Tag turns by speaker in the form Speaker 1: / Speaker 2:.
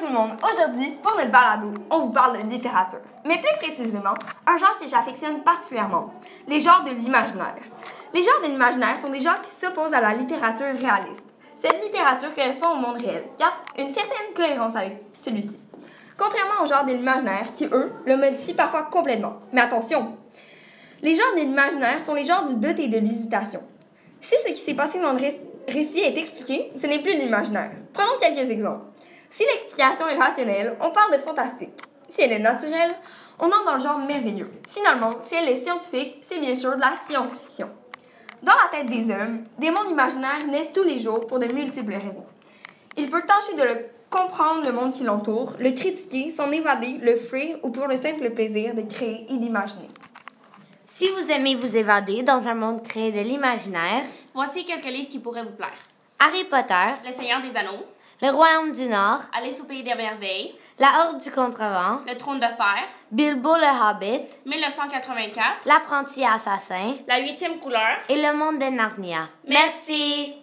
Speaker 1: tout le monde. Aujourd'hui, pour notre balado, on vous parle de littérature. Mais plus précisément, un genre que j'affectionne particulièrement, les genres de l'imaginaire. Les genres de l'imaginaire sont des genres qui s'opposent à la littérature réaliste. Cette littérature correspond au monde réel, car une certaine cohérence avec celui-ci. Contrairement aux genres de l'imaginaire qui, eux, le modifient parfois complètement. Mais attention, les genres de l'imaginaire sont les genres du doute et de l'hésitation. Si ce qui s'est passé dans le ré- récit est expliqué, ce n'est plus de l'imaginaire. Prenons quelques exemples. Si l'explication est rationnelle, on parle de fantastique. Si elle est naturelle, on entre dans le genre merveilleux. Finalement, si elle est scientifique, c'est bien sûr de la science-fiction. Dans la tête des hommes, des mondes imaginaires naissent tous les jours pour de multiples raisons. Il peut tâcher de le comprendre le monde qui l'entoure, le critiquer, s'en évader, le fuir ou pour le simple plaisir de créer et d'imaginer.
Speaker 2: Si vous aimez vous évader dans un monde créé de l'imaginaire,
Speaker 3: Voici quelques livres qui pourraient vous plaire.
Speaker 2: Harry Potter,
Speaker 3: Le Seigneur des Anneaux,
Speaker 2: Le Royaume du Nord,
Speaker 3: Alice au Pays des Merveilles,
Speaker 2: La Horde du Contrevent,
Speaker 3: Le Trône de Fer,
Speaker 2: Bilbo le Hobbit,
Speaker 3: 1984,
Speaker 2: L'apprenti assassin
Speaker 3: La huitième couleur.
Speaker 2: et Le monde de Narnia. Merci.